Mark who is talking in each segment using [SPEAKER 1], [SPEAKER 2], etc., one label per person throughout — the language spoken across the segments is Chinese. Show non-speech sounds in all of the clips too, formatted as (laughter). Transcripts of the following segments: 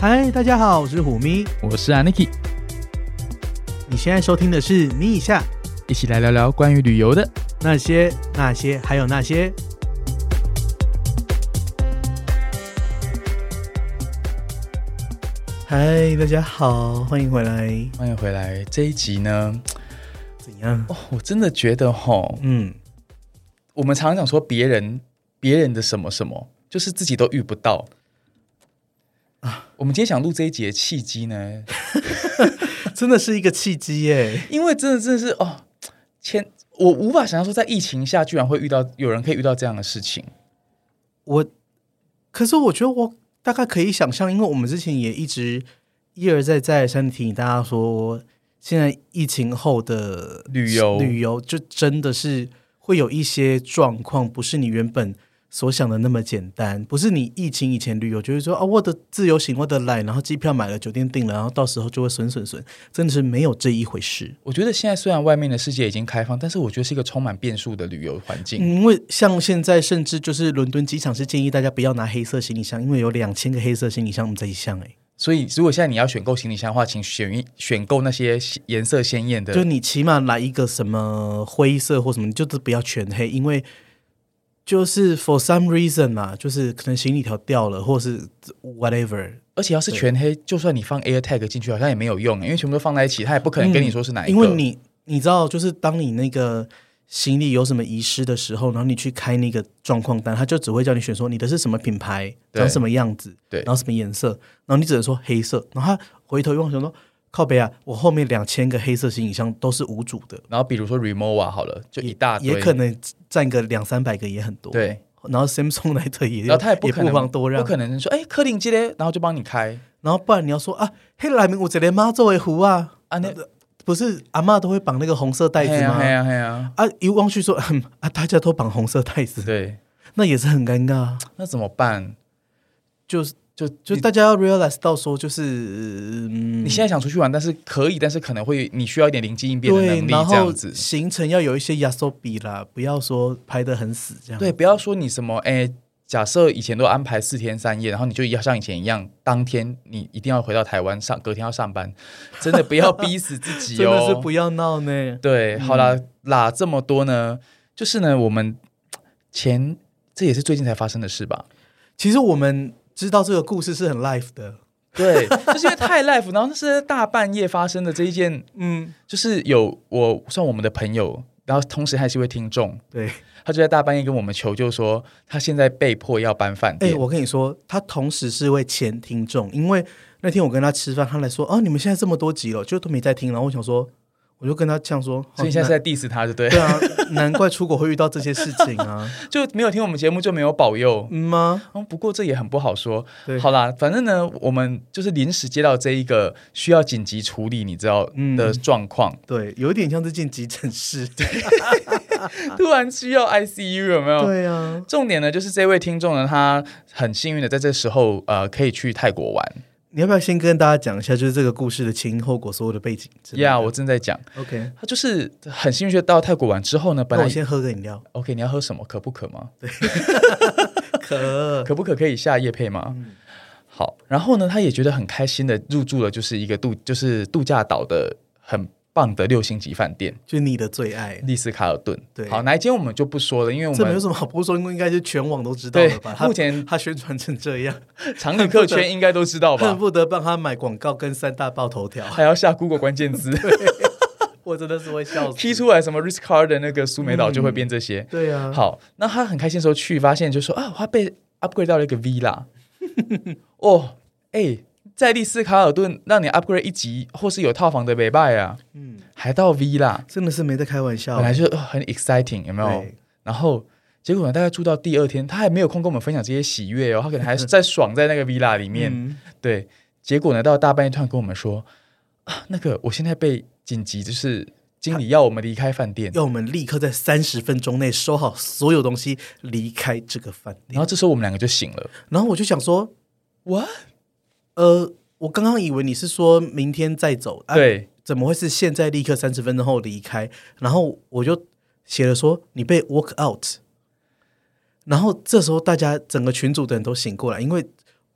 [SPEAKER 1] 嗨，大家好，我是虎咪。
[SPEAKER 2] 我是 Aniki，
[SPEAKER 1] 你现在收听的是《咪一下
[SPEAKER 2] 一起来聊聊关于旅游的。
[SPEAKER 1] 那些那些还有那些》。嗨，大家好，欢迎回来。
[SPEAKER 2] 欢迎回来，这一集呢，
[SPEAKER 1] 怎样？
[SPEAKER 2] 哦，我真的觉得哈，
[SPEAKER 1] 嗯，
[SPEAKER 2] 我们常常讲说别人别人的什么什么，就是自己都遇不到啊。我们今天想录这一集的契机 (laughs) 呢，
[SPEAKER 1] (laughs) 真的是一个契机耶。
[SPEAKER 2] 因为真的真的是哦，前我无法想象说在疫情下居然会遇到有人可以遇到这样的事情。
[SPEAKER 1] 我，可是我觉得我大概可以想象，因为我们之前也一直一而再再而三地提醒大家说，现在疫情后的
[SPEAKER 2] 旅游
[SPEAKER 1] 旅游就真的是会有一些状况，不是你原本所想的那么简单，不是你疫情以前旅游就是说啊，我的自由行，我的来，然后机票买了，酒店订了，然后到时候就会损损损，真的是没有这一回事。
[SPEAKER 2] 我觉得现在虽然外面的世界已经开放，但是我觉得是一个充满变数的旅游环境。
[SPEAKER 1] 嗯因为像现在，甚至就是伦敦机场是建议大家不要拿黑色行李箱，因为有两千个黑色行李箱我们这一项、欸，
[SPEAKER 2] 所以，如果现在你要选购行李箱的话，请选一选购那些颜色鲜艳
[SPEAKER 1] 就
[SPEAKER 2] 的。
[SPEAKER 1] 你起码来一个什么灰色或什么，你就是不要全黑，因为就是 for some reason 啊，就是可能行李条掉了，或是 whatever，
[SPEAKER 2] 而且要是全黑，就算你放 AirTag 进去，好像也没有用，因为全部都放在一起，它也不可能跟你说是哪一
[SPEAKER 1] 因
[SPEAKER 2] 个。
[SPEAKER 1] 为你你知道，就是当你那个行李有什么遗失的时候，然后你去开那个状况单，他就只会叫你选说你的是什么品牌，
[SPEAKER 2] 对
[SPEAKER 1] 长什么样子，
[SPEAKER 2] 对
[SPEAKER 1] 然后什么颜色，然后你只能说黑色，然后他回头又想说靠北啊，我后面两千个黑色行李箱都是无主的，
[SPEAKER 2] 然后比如说 Remova 好了，就一大堆，
[SPEAKER 1] 也可能占个两三百个也很多，。
[SPEAKER 2] 对。
[SPEAKER 1] 然后 Samsung 来的也，
[SPEAKER 2] 然后他也不
[SPEAKER 1] 也
[SPEAKER 2] 可能
[SPEAKER 1] 不妨多让
[SPEAKER 2] 不，可能说哎，柯林接嘞，然后就帮你开
[SPEAKER 1] 然后不然你要说啊，黑来明我这连妈作为壶啊，
[SPEAKER 2] 啊，那
[SPEAKER 1] 不是阿嬷都会绑那个红色袋
[SPEAKER 2] 嘿
[SPEAKER 1] 子
[SPEAKER 2] 呀
[SPEAKER 1] 吗？
[SPEAKER 2] 嘿呀嘿呀，
[SPEAKER 1] 啊，一望去说， (laughs) 嗯啊，大家都绑红色袋子， (laughs)
[SPEAKER 2] 对，
[SPEAKER 1] 那也是很尴尬啊。
[SPEAKER 2] 那怎么办？
[SPEAKER 1] 就是
[SPEAKER 2] 就
[SPEAKER 1] 就
[SPEAKER 2] 你
[SPEAKER 1] 大家要 realize 到说，就是嗯，
[SPEAKER 2] 你现在想出去玩，但是可以，但是可能会你需要一点灵机应变的
[SPEAKER 1] 对
[SPEAKER 2] 能，力，
[SPEAKER 1] 然
[SPEAKER 2] 这样
[SPEAKER 1] 后
[SPEAKER 2] 子。
[SPEAKER 1] 行程要有一些压缩比啦，不要说拍的很死这样。
[SPEAKER 2] 对，不要说你什么哎，假设以前都安排四天三夜，然后你就要像以前一样，当天你一定要回到台湾上，隔天要上班，真的不要逼死自己
[SPEAKER 1] (laughs) (laughs) 真
[SPEAKER 2] 哦。
[SPEAKER 1] 的是不嗯要闹呢。
[SPEAKER 2] 对，好啦，啦这么多呢，就是呢，我们前这也是最近才发生的事吧？
[SPEAKER 1] 其实我们知道这个故事是很 live 的，
[SPEAKER 2] 对，就是因为太 life，然后那是大半夜发生的这一件，
[SPEAKER 1] 嗯，
[SPEAKER 2] 就是有我算我们的朋友，然后同时还是一位听众，
[SPEAKER 1] 对。
[SPEAKER 2] 他就在大半夜跟我们求救说，他现在被迫要搬饭
[SPEAKER 1] 哎、
[SPEAKER 2] 店。
[SPEAKER 1] 我跟你说，他同时是位前听众，因为那天我跟他吃饭，他来说，哦，你们现在这么多集了，就都没在听。然后我想说，我就跟他这样说，哦
[SPEAKER 2] 所以你现在
[SPEAKER 1] 那
[SPEAKER 2] 是在 diss 他，对不对？
[SPEAKER 1] 对啊，难怪出国会遇到这些事情
[SPEAKER 2] (laughs)
[SPEAKER 1] 啊，
[SPEAKER 2] 就没有听我们节目就没有保佑。
[SPEAKER 1] 嗯吗？
[SPEAKER 2] 嗯，不过这也很不好说
[SPEAKER 1] 对。
[SPEAKER 2] 好啦，反正呢，我们就是临时接到这一个需要紧急处理，你知道
[SPEAKER 1] 嗯
[SPEAKER 2] 的状况，
[SPEAKER 1] 对，有一点像是进急诊
[SPEAKER 2] (laughs)
[SPEAKER 1] 室。对
[SPEAKER 2] 突然需要 ICU 有没有？
[SPEAKER 1] 对啊，
[SPEAKER 2] 重点呢，就是这位听众呢，他很幸运的在这时候呃可以去泰国玩。
[SPEAKER 1] 你要不要先跟大家讲一下，就是这个故事的前因后果、所有的背景之类的
[SPEAKER 2] 呀、我正在讲，
[SPEAKER 1] OK，
[SPEAKER 2] 他就是很幸运地到泰国玩之后呢，本
[SPEAKER 1] 那
[SPEAKER 2] 来
[SPEAKER 1] 我先喝个饮料。
[SPEAKER 2] OK，你要喝什么？可不可吗？
[SPEAKER 1] 可
[SPEAKER 2] (laughs) 可不可可以下夜配吗？
[SPEAKER 1] 嗯
[SPEAKER 2] 好，然后呢，他也觉得很开心的入住了，就是一个度就是度假岛的很棒的六星级饭店
[SPEAKER 1] 就你的最爱，
[SPEAKER 2] 丽思卡尔顿。
[SPEAKER 1] 对
[SPEAKER 2] 好，哪一间我们就不说了，因为我
[SPEAKER 1] 这没有
[SPEAKER 2] 们
[SPEAKER 1] 什么好不说，因为应该是全网都知道
[SPEAKER 2] 对
[SPEAKER 1] 了吧？他
[SPEAKER 2] 目前
[SPEAKER 1] 他宣传成这样，
[SPEAKER 2] 常旅客圈应该都知道
[SPEAKER 1] 恨
[SPEAKER 2] 吧，
[SPEAKER 1] 不得帮他买广告跟三大报头条， (laughs)
[SPEAKER 2] 还要下 Google 关键字，
[SPEAKER 1] 我真的是会笑死。
[SPEAKER 2] 踢出来什么 Ritz Card 的那个苏梅岛就会变这些。
[SPEAKER 1] 对啊，
[SPEAKER 2] 好，那他很开心的时候去，发现就说啊，他被 upgrade 到了一个 villa。哦，哎、在丽思卡尔顿让你 upgrade 一级，或是有套房的北拜啊，
[SPEAKER 1] 嗯，
[SPEAKER 2] 还到 villa。
[SPEAKER 1] 真的是没在开玩笑
[SPEAKER 2] 本。来就哦很 exciting，有没有
[SPEAKER 1] 对？
[SPEAKER 2] 然后结果呢，大概住到第二天，他还没有空跟我们分享这些喜悦哦，他可能还是在爽在那个 villa 里面。
[SPEAKER 1] 嗯
[SPEAKER 2] 对，结果呢，到大半夜突然跟我们说啊，那个我现在被紧急，就是经理要我们离开饭店。
[SPEAKER 1] 要我们立刻在三十分钟内收好所有东西，离开这个饭店。
[SPEAKER 2] 然后这时候我们两个就醒了，
[SPEAKER 1] 然后我就想说，
[SPEAKER 2] 哇，
[SPEAKER 1] 呃，我刚刚以为你是说明天再走，啊，
[SPEAKER 2] 对，
[SPEAKER 1] 怎么会是现在立刻三十分钟后离开？然后我就写了说你被 walk out。然后这时候大家整个群组的人都醒过来，因为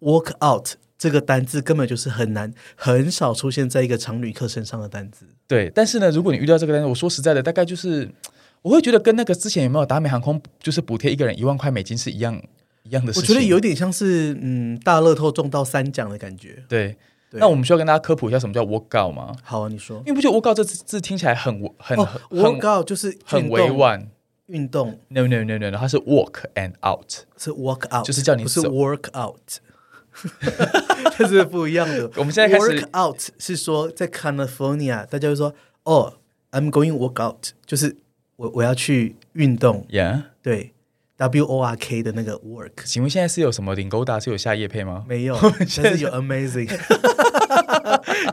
[SPEAKER 1] walk out 这个单字根本就是很难、很少出现在一个常旅客身上的单字。
[SPEAKER 2] 对，但是呢，如果你遇到这个单子，我说实在的，大概就是我会觉得跟那个之前有没有达美航空就是补贴一个人一万块美金是一样一样的事
[SPEAKER 1] 我
[SPEAKER 2] 情。
[SPEAKER 1] 觉得有点像是嗯大乐透中到三奖的感觉。
[SPEAKER 2] 对。
[SPEAKER 1] 对
[SPEAKER 2] 那我们需要跟大家科普一下什么叫 workout 吗？
[SPEAKER 1] 好啊，你说
[SPEAKER 2] 因为不觉得 workout 这字听起来很很
[SPEAKER 1] 哦
[SPEAKER 2] 很很
[SPEAKER 1] ，workout 就是
[SPEAKER 2] 很
[SPEAKER 1] 运动
[SPEAKER 2] 委婉
[SPEAKER 1] 运动
[SPEAKER 2] ？No no no no no，它是 walk and out。
[SPEAKER 1] 是 work out，
[SPEAKER 2] 就是叫你
[SPEAKER 1] 不是
[SPEAKER 2] 走
[SPEAKER 1] work out，这是不一样的。
[SPEAKER 2] (laughs) 我们现在开始
[SPEAKER 1] work out 是说在 California，大家会说哦，I'm going work out，就是我我要去运动，
[SPEAKER 2] Yeah，
[SPEAKER 1] 对，W O R K 的那个 work (laughs)
[SPEAKER 2] 请问现在是有什么领勾搭是有下夜配吗？
[SPEAKER 1] 没有，但是有 amazing，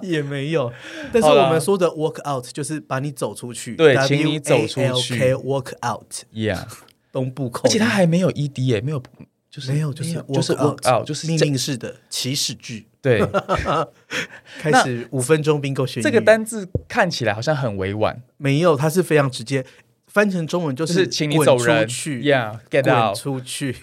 [SPEAKER 1] 也没有。但是
[SPEAKER 2] 好啦
[SPEAKER 1] 我们说的 work out 就是把你走出去，
[SPEAKER 2] 对请你走出去
[SPEAKER 1] work out (laughs)
[SPEAKER 2] Yeah，
[SPEAKER 1] 东部口
[SPEAKER 2] 而
[SPEAKER 1] 音，
[SPEAKER 2] 且它还没有 ED 耶，没有，就是
[SPEAKER 1] 没有，就是
[SPEAKER 2] 就是
[SPEAKER 1] work
[SPEAKER 2] workout，就是
[SPEAKER 1] 命
[SPEAKER 2] 这
[SPEAKER 1] 令式的祈使句。 (laughs)
[SPEAKER 2] 对
[SPEAKER 1] 开始五分钟 bingo 学
[SPEAKER 2] 这
[SPEAKER 1] 英
[SPEAKER 2] 个
[SPEAKER 1] 语
[SPEAKER 2] 单字看起来好像很委婉，
[SPEAKER 1] 没有，它是非常直接，翻成中文就
[SPEAKER 2] 就是
[SPEAKER 1] 是
[SPEAKER 2] 请你走
[SPEAKER 1] 滚
[SPEAKER 2] 人
[SPEAKER 1] 出去
[SPEAKER 2] ，Yeah，get
[SPEAKER 1] 滚
[SPEAKER 2] out。
[SPEAKER 1] 出去。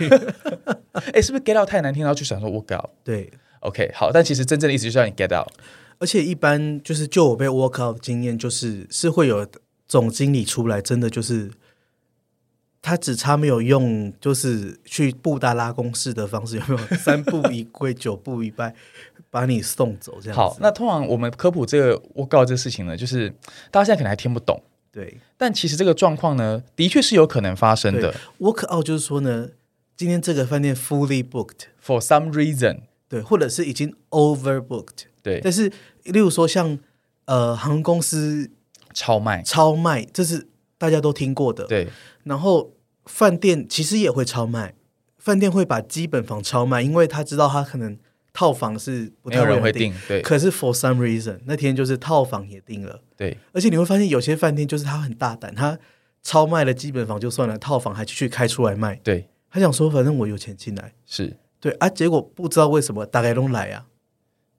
[SPEAKER 1] (laughs)
[SPEAKER 2] 哎，是不是 get out 太难听，然后就想说 work out？
[SPEAKER 1] 对，
[SPEAKER 2] OK，好，但其实真正的意思就是让你 get out。
[SPEAKER 1] 而且一般就是就我被 work out 的经验，就是是会有总经理出来，真的就是他只差没有用，就是去布达拉宫式的方式，有没有？三步一跪，九步一拜，把你送走这样子。
[SPEAKER 2] 好，，那通常我们科普这个 work out 这事情呢，就是大家现在可能还听不懂，
[SPEAKER 1] 对
[SPEAKER 2] 但其实这个状况呢，的确是有可能发生的。
[SPEAKER 1] ，work out 就是说呢，今天这个饭店 fully booked，
[SPEAKER 2] For some reason，
[SPEAKER 1] 对，或者是已经 over booked，
[SPEAKER 2] 对，
[SPEAKER 1] 但是例如说像呃航空公司
[SPEAKER 2] 超卖，
[SPEAKER 1] 超卖，这是大家都听过的，
[SPEAKER 2] 对，
[SPEAKER 1] 然后饭店其实也会超卖，饭店会把基本房超卖，因为他知道他可能套房是不
[SPEAKER 2] 没
[SPEAKER 1] 太
[SPEAKER 2] 有人
[SPEAKER 1] 会
[SPEAKER 2] 会
[SPEAKER 1] 订
[SPEAKER 2] 定，，对
[SPEAKER 1] 可是 for some reason 那天就是套房也定了，
[SPEAKER 2] 对
[SPEAKER 1] 而且你会发现有些饭店就是他很大胆，他超卖了基本房就算了，套房还继续开出来卖，
[SPEAKER 2] 对，
[SPEAKER 1] 他想说反正我有钱进来，
[SPEAKER 2] 是
[SPEAKER 1] 对啊，结果不知道为什么大概都来啊，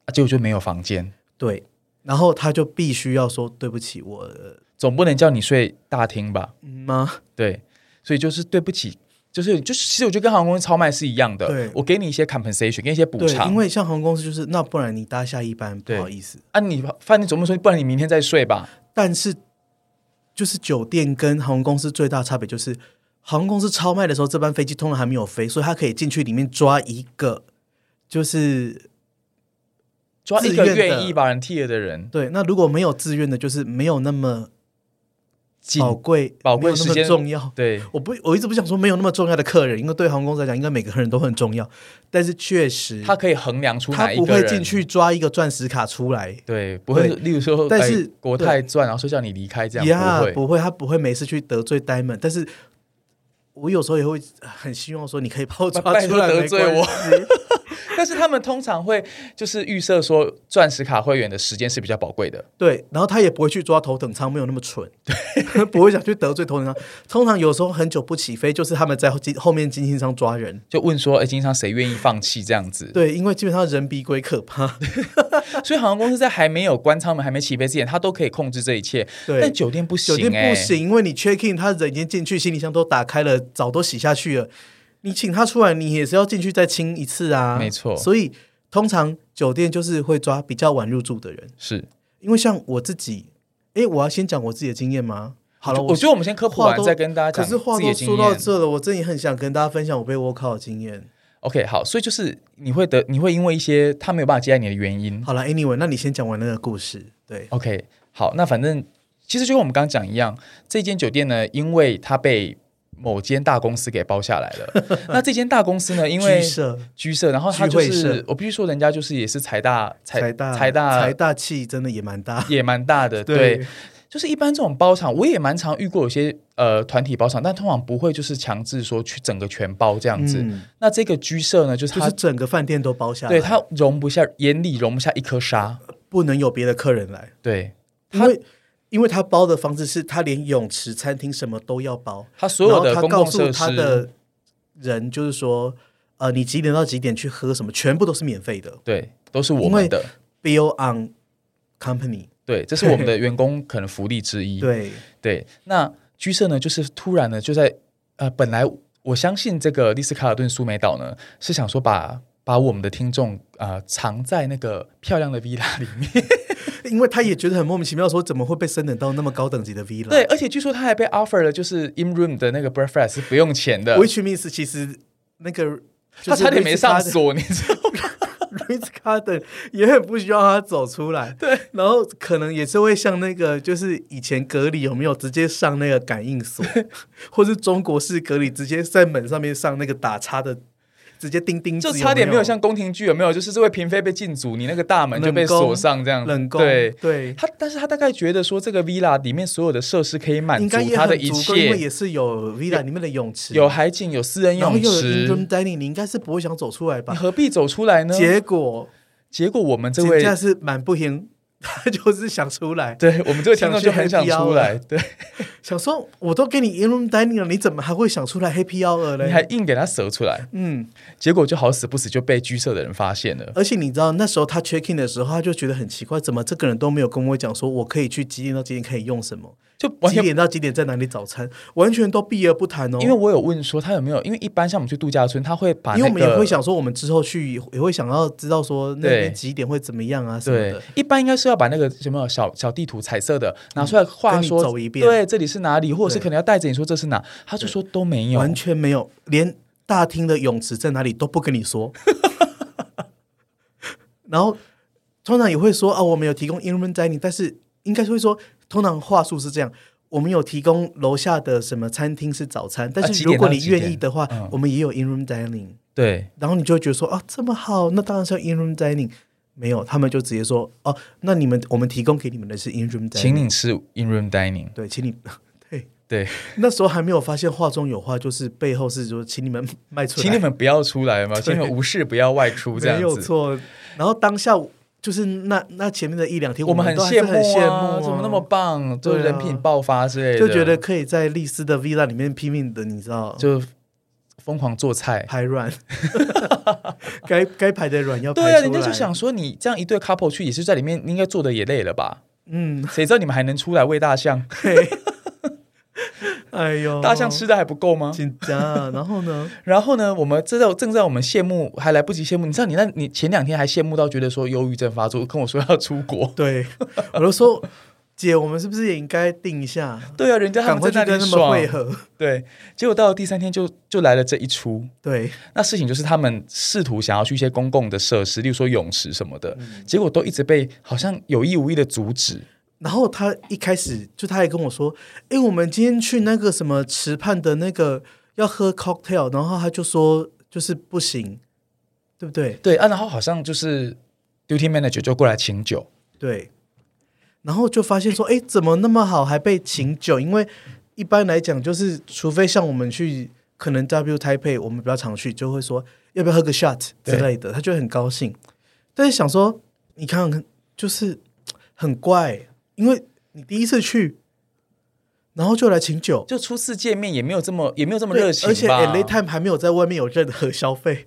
[SPEAKER 2] 啊，结果就没有房间，
[SPEAKER 1] 对，然后他就必须要说对不起我呃
[SPEAKER 2] 总不能叫你睡大厅吧？
[SPEAKER 1] 嗯吗？
[SPEAKER 2] 对，所以就是对不起。就是就是，其实我觉得跟航空公司超卖是一样
[SPEAKER 1] 对
[SPEAKER 2] 的，我给你一些 compensation，给你一些补
[SPEAKER 1] 对，
[SPEAKER 2] 偿
[SPEAKER 1] 因。为像航空公司就是那不然你搭下一班，不
[SPEAKER 2] 对
[SPEAKER 1] 好意思。
[SPEAKER 2] 啊，你饭店总不能说，不然你明天再睡吧？
[SPEAKER 1] 但是就是酒店跟航空公司最大差别就是，航空公司超卖的时候，这班飞机通常还没有飞，所以他可以进去里面抓一个，就是
[SPEAKER 2] 抓一
[SPEAKER 1] 自
[SPEAKER 2] 个
[SPEAKER 1] 愿的
[SPEAKER 2] 愿意把人替了的人，
[SPEAKER 1] 对。那如果没有自愿的，就是没有那么
[SPEAKER 2] 进
[SPEAKER 1] 宝贵，
[SPEAKER 2] 宝
[SPEAKER 1] 没
[SPEAKER 2] 贵
[SPEAKER 1] 有那
[SPEAKER 2] 时
[SPEAKER 1] 么
[SPEAKER 2] 间
[SPEAKER 1] 重要。
[SPEAKER 2] 对
[SPEAKER 1] 我不，我一直不想说没有那么重要的客人，因为对航空公司来讲，应该每个人都很重要。但是确实，
[SPEAKER 2] 他可以衡量出
[SPEAKER 1] 他
[SPEAKER 2] 哪一
[SPEAKER 1] 不
[SPEAKER 2] 个
[SPEAKER 1] 会
[SPEAKER 2] 人
[SPEAKER 1] 进，去抓一个钻石卡出来，
[SPEAKER 2] 对，不会，
[SPEAKER 1] 对
[SPEAKER 2] 例如说，
[SPEAKER 1] 但
[SPEAKER 2] 哎
[SPEAKER 1] 是
[SPEAKER 2] 国泰赚，然后说叫你离开这样，
[SPEAKER 1] 呀
[SPEAKER 2] 不会，
[SPEAKER 1] 不会，他不会每次去得罪呆们，但是我有时候也会很希望说，你可以把我抓
[SPEAKER 2] 拜
[SPEAKER 1] 出
[SPEAKER 2] 托
[SPEAKER 1] 来，
[SPEAKER 2] 得
[SPEAKER 1] 没
[SPEAKER 2] 罪我
[SPEAKER 1] 关系。
[SPEAKER 2] (laughs) 但是他们通常会就是预设说，钻石卡会员的时间是比较宝贵的，
[SPEAKER 1] 对，然后他也不会去抓头等舱，没有那么蠢，对， (laughs) 不会想去得罪头等舱。通常有时候很久不起飞，就是他们在后后面经济舱抓人。
[SPEAKER 2] 就问说，哎，经常谁愿意放弃这样子？
[SPEAKER 1] 对，因为基本上人比鬼可怕。
[SPEAKER 2] 所以航空公司在还没有关舱门、还没起飞之前，他都可以控制这一切，但 (laughs)
[SPEAKER 1] 对，
[SPEAKER 2] 酒店不行
[SPEAKER 1] 酒，店
[SPEAKER 2] 哎
[SPEAKER 1] 不，行，因为你 check in，他人已经进去，行李箱都打开了，澡都洗下去了。你请他出来，你也是要进去再清一次啊。
[SPEAKER 2] 没错
[SPEAKER 1] 所以通常酒店就是会抓比较晚入住的人。
[SPEAKER 2] 哎是。
[SPEAKER 1] 因为像我自己，诶，我要先讲我自己的经验吗？好了，
[SPEAKER 2] 我觉得我们先科普
[SPEAKER 1] 话
[SPEAKER 2] 完
[SPEAKER 1] 都
[SPEAKER 2] 再跟大家
[SPEAKER 1] 可
[SPEAKER 2] 讲
[SPEAKER 1] 是话
[SPEAKER 2] 自己
[SPEAKER 1] 都
[SPEAKER 2] 的经
[SPEAKER 1] 说到
[SPEAKER 2] 验。
[SPEAKER 1] 这了，我真的也很想跟大家分享我被窝靠的经验。
[SPEAKER 2] OK，好，所以就是你会得，你会因为一些他没有办法接待你的原因，
[SPEAKER 1] 好了，Anyway，那你先讲完那个故事。对，
[SPEAKER 2] OK，好，那反正其实就跟我们刚刚讲一样，这间酒店呢，因为它被某间大公司给包下来了。
[SPEAKER 1] (laughs)
[SPEAKER 2] 那这间大公司呢，因为
[SPEAKER 1] 居社、
[SPEAKER 2] 居社，然后它就
[SPEAKER 1] 聚会
[SPEAKER 2] 是
[SPEAKER 1] 社
[SPEAKER 2] 我必须说，人家就是也是财大
[SPEAKER 1] 财大、
[SPEAKER 2] 财大
[SPEAKER 1] 财大气真的也蛮大。
[SPEAKER 2] 也蛮大的，对。就是一般这种包场，我也蛮常遇过有些呃团体包场，但通常不会就是强制说去整个全包这样子。
[SPEAKER 1] 嗯
[SPEAKER 2] 那这个居社呢，就是
[SPEAKER 1] 就
[SPEAKER 2] 它、
[SPEAKER 1] 是整个饭店都包下来，
[SPEAKER 2] 对它容不下，眼里容不下一颗沙，
[SPEAKER 1] 不能有别的客人来，
[SPEAKER 2] 对
[SPEAKER 1] 因为因为他包的方式是他连泳池、餐厅什么都要包，
[SPEAKER 2] 它所有
[SPEAKER 1] 然后
[SPEAKER 2] 的公
[SPEAKER 1] 他告
[SPEAKER 2] 共设
[SPEAKER 1] 诉
[SPEAKER 2] 施，
[SPEAKER 1] 他的人就是说，呃，你几点到几点去喝什么，全部都是免费的
[SPEAKER 2] 对，都是我们的。
[SPEAKER 1] ，bill on company。
[SPEAKER 2] 对，这是我们的员工可能福利之一。
[SPEAKER 1] (laughs) 对，
[SPEAKER 2] 对那居社呢，就是突然呢，就在呃，本来我相信这个丽思卡尔顿苏梅岛呢是想说把把我们的听众呃藏在那个漂亮的 villa 里面。
[SPEAKER 1] 因为他也觉得很莫名其妙，说怎么会被升等到那么高等级的 villa？
[SPEAKER 2] 对，，而且据说他还被 offer 了，就是 in room 的那个 breakfast 是不用钱的。
[SPEAKER 1] which means 其实那个
[SPEAKER 2] 他差点没上锁，你知道吗？
[SPEAKER 1] ，Ritz Carden 也很不希望他走出
[SPEAKER 2] (laughs)
[SPEAKER 1] 来。对，然后可能也是会像那个，就是以前隔离有没有直接上那个感应
[SPEAKER 2] (laughs)
[SPEAKER 1] 锁，或是中国式隔离直接在门上面上那个打叉的，直接钉钉子
[SPEAKER 2] (laughs) 就差点
[SPEAKER 1] 没
[SPEAKER 2] 没有像宫廷剧有没有？就是这位嫔妃被禁足，你那个大门就被锁上这样。
[SPEAKER 1] 冷宫
[SPEAKER 2] 对
[SPEAKER 1] 对，
[SPEAKER 2] 他，但是他大概觉得说，这个 villa 里面所有的设施可以满
[SPEAKER 1] 应
[SPEAKER 2] 足
[SPEAKER 1] 该也
[SPEAKER 2] 他的
[SPEAKER 1] 很
[SPEAKER 2] 一
[SPEAKER 1] 足够，因为
[SPEAKER 2] 切，
[SPEAKER 1] 也是有 villa 里面的泳池，
[SPEAKER 2] 有海景，有私人
[SPEAKER 1] 然后
[SPEAKER 2] 泳
[SPEAKER 1] 又有
[SPEAKER 2] 池，
[SPEAKER 1] indoor dining，你应该是不会想走出来吧
[SPEAKER 2] (laughs) 你？何必走出来呢？结
[SPEAKER 1] 结果
[SPEAKER 2] 结果我们这
[SPEAKER 1] 人
[SPEAKER 2] 位
[SPEAKER 1] 家，是蛮不行， (laughs) 他就是想出来。
[SPEAKER 2] (laughs) 对我们这位听众就很想出来，对，
[SPEAKER 1] 想说我都给你 in room dining 了，你怎么还会想出来 happy hour
[SPEAKER 2] 你还
[SPEAKER 1] 嘞？
[SPEAKER 2] 硬给他折出来，
[SPEAKER 1] 嗯，
[SPEAKER 2] 结果就好死不死就被居社的人发现了。
[SPEAKER 1] 而且你知道那时候他 check in 的时候，他就觉得很奇怪，怎么这个人都没有跟我讲说我可以去几点到几点可以用什么，
[SPEAKER 2] 就完
[SPEAKER 1] 几
[SPEAKER 2] 全，
[SPEAKER 1] 点到几点在哪里早餐，完全都避而不谈哦。
[SPEAKER 2] 因为我有问说他有没有，因为一般像我们去度假村，他会把那
[SPEAKER 1] 因
[SPEAKER 2] 个
[SPEAKER 1] 为我们也会想说，我们之后去也会想要知道说那
[SPEAKER 2] 对
[SPEAKER 1] 边几点会怎么样啊什么
[SPEAKER 2] 对
[SPEAKER 1] 的。，
[SPEAKER 2] 一般应该是要把那个什么小小地图彩色的拿出来画
[SPEAKER 1] 跟你
[SPEAKER 2] 说，
[SPEAKER 1] 走一遍
[SPEAKER 2] 对，这里是哪里，或者是
[SPEAKER 1] 对
[SPEAKER 2] 可能要带着你说这是哪，他就说都没有
[SPEAKER 1] 完。全没有，连大厅的泳池在哪里都不跟你说。 (laughs) 然后通常也会说啊，我们有提供 in room dining，但是应该是会说，通常话术是这样。我们有提供楼下的什么餐厅是早餐，但
[SPEAKER 2] 啊几
[SPEAKER 1] 是
[SPEAKER 2] 点
[SPEAKER 1] 如果
[SPEAKER 2] 到
[SPEAKER 1] 你
[SPEAKER 2] 几
[SPEAKER 1] 愿
[SPEAKER 2] 点
[SPEAKER 1] 意的话，
[SPEAKER 2] 嗯
[SPEAKER 1] 我们也有 in room dining。
[SPEAKER 2] 对，
[SPEAKER 1] 然后你就会觉得说啊，这么好，那当然是要 in room dining。没有，他们就直接说哦，那你们我们提供给你们的是 in room dining，
[SPEAKER 2] 请你吃 in room dining。
[SPEAKER 1] 对，请你 (laughs) 对，
[SPEAKER 2] 对，
[SPEAKER 1] 那时候还没有发现话中有话，就是背后是说，请你们卖出来，
[SPEAKER 2] 请你们不要出来嘛，请你们无事不要外出这
[SPEAKER 1] 没有
[SPEAKER 2] 样子。
[SPEAKER 1] 错。然后当下就是那那前面的一两天，
[SPEAKER 2] 我
[SPEAKER 1] 我
[SPEAKER 2] 们
[SPEAKER 1] 都还是
[SPEAKER 2] 羡
[SPEAKER 1] 羡
[SPEAKER 2] 慕、啊，
[SPEAKER 1] 慕、
[SPEAKER 2] 怎么那么棒，就
[SPEAKER 1] 对
[SPEAKER 2] 是
[SPEAKER 1] 啊
[SPEAKER 2] 人品爆发之类的，
[SPEAKER 1] 就觉得可以在丽思的 villa 里面拼命的，你知道，
[SPEAKER 2] 就疯狂做菜。
[SPEAKER 1] 排
[SPEAKER 2] (laughs)
[SPEAKER 1] 卵，该该排的卵要排
[SPEAKER 2] 对啊，
[SPEAKER 1] 出
[SPEAKER 2] 人家
[SPEAKER 1] 来
[SPEAKER 2] 就想，说你这样一对 couple 去也是在里面，应该做的也累
[SPEAKER 1] (laughs)
[SPEAKER 2] 了吧？ (laughs)
[SPEAKER 1] 嗯，
[SPEAKER 2] 谁知道你们还能出来喂大象？
[SPEAKER 1] 嘿哎呦，
[SPEAKER 2] 大象吃的还不够吗？
[SPEAKER 1] 紧张，啊然后呢？
[SPEAKER 2] 然后呢，我们正在正在我们羡慕，还来不及羡慕。你知道你那你前两天还羡慕到觉得说忧郁症发作，跟我说要出
[SPEAKER 1] (laughs)
[SPEAKER 2] 国。
[SPEAKER 1] 对，我就说姐，我们是不是也应该定一下？
[SPEAKER 2] 对啊，人家他
[SPEAKER 1] 赶
[SPEAKER 2] 们
[SPEAKER 1] 快
[SPEAKER 2] 在
[SPEAKER 1] 去
[SPEAKER 2] 那
[SPEAKER 1] 跟
[SPEAKER 2] 里
[SPEAKER 1] 他们
[SPEAKER 2] 爽
[SPEAKER 1] 会。合。
[SPEAKER 2] 对，结果到了第三天就就来了这一出。
[SPEAKER 1] 对，
[SPEAKER 2] 那事情就是他们试图想要去一些公共的设施，例如说泳池什么的，结果都一直被好像有意无意的阻止。
[SPEAKER 1] 然后他一开始就他还跟我说：“诶，我们今天去那个什么池畔的那个要喝 cocktail。”然后他就说：“就是不行，对不对
[SPEAKER 2] 对啊，然后好像就是 duty manager 就过来请酒，？”
[SPEAKER 1] 对。然后就发现说：“诶，怎么那么好，还被请酒？因为一般来讲，就是除非像我们去可能 W 台北，我们比较常去，就会说要不要喝个 shot 之
[SPEAKER 2] 对
[SPEAKER 1] 类的，他就会很高兴。但是想说，你看看，就是很怪，因为你第一次去，然后就来请酒。”
[SPEAKER 2] 就初次见面也没有这么也没有这么
[SPEAKER 1] 对
[SPEAKER 2] 热情吧。
[SPEAKER 1] 而且 LA Time 还没有在外面有任何消
[SPEAKER 2] (laughs)
[SPEAKER 1] 费，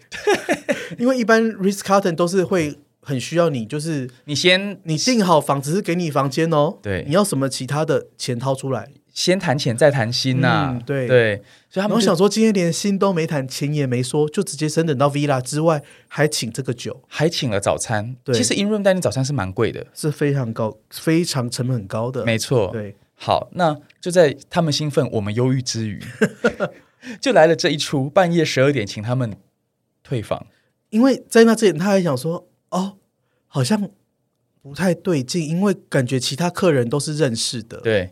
[SPEAKER 1] 因为一般 Ritz Carlton 都是会很需要你，就是
[SPEAKER 2] 你先
[SPEAKER 1] 你订好房只是给你房间哦，
[SPEAKER 2] 对
[SPEAKER 1] 你要什么其他的钱掏出来。
[SPEAKER 2] 先谈钱再谈心呐、
[SPEAKER 1] 嗯对
[SPEAKER 2] 对，所以
[SPEAKER 1] 然
[SPEAKER 2] 他们
[SPEAKER 1] 后
[SPEAKER 2] 就
[SPEAKER 1] 想说今天连心都没谈，钱也没说，就直接升等到 Villa 之外，还请这个酒，
[SPEAKER 2] 还请了早餐。
[SPEAKER 1] 对
[SPEAKER 2] 其实 in room 带你早餐是蛮贵的，
[SPEAKER 1] 是非常高，非常成本很高的。
[SPEAKER 2] 没错。
[SPEAKER 1] 对，
[SPEAKER 2] 好，那就在他们兴奋，我们忧郁之
[SPEAKER 1] (laughs)
[SPEAKER 2] 余，就来了这一出，半夜十二点请他们退房。
[SPEAKER 1] 因为在那之前他还想说，哦，好像不太对劲，因为感觉其他客人都是认识的，
[SPEAKER 2] 对，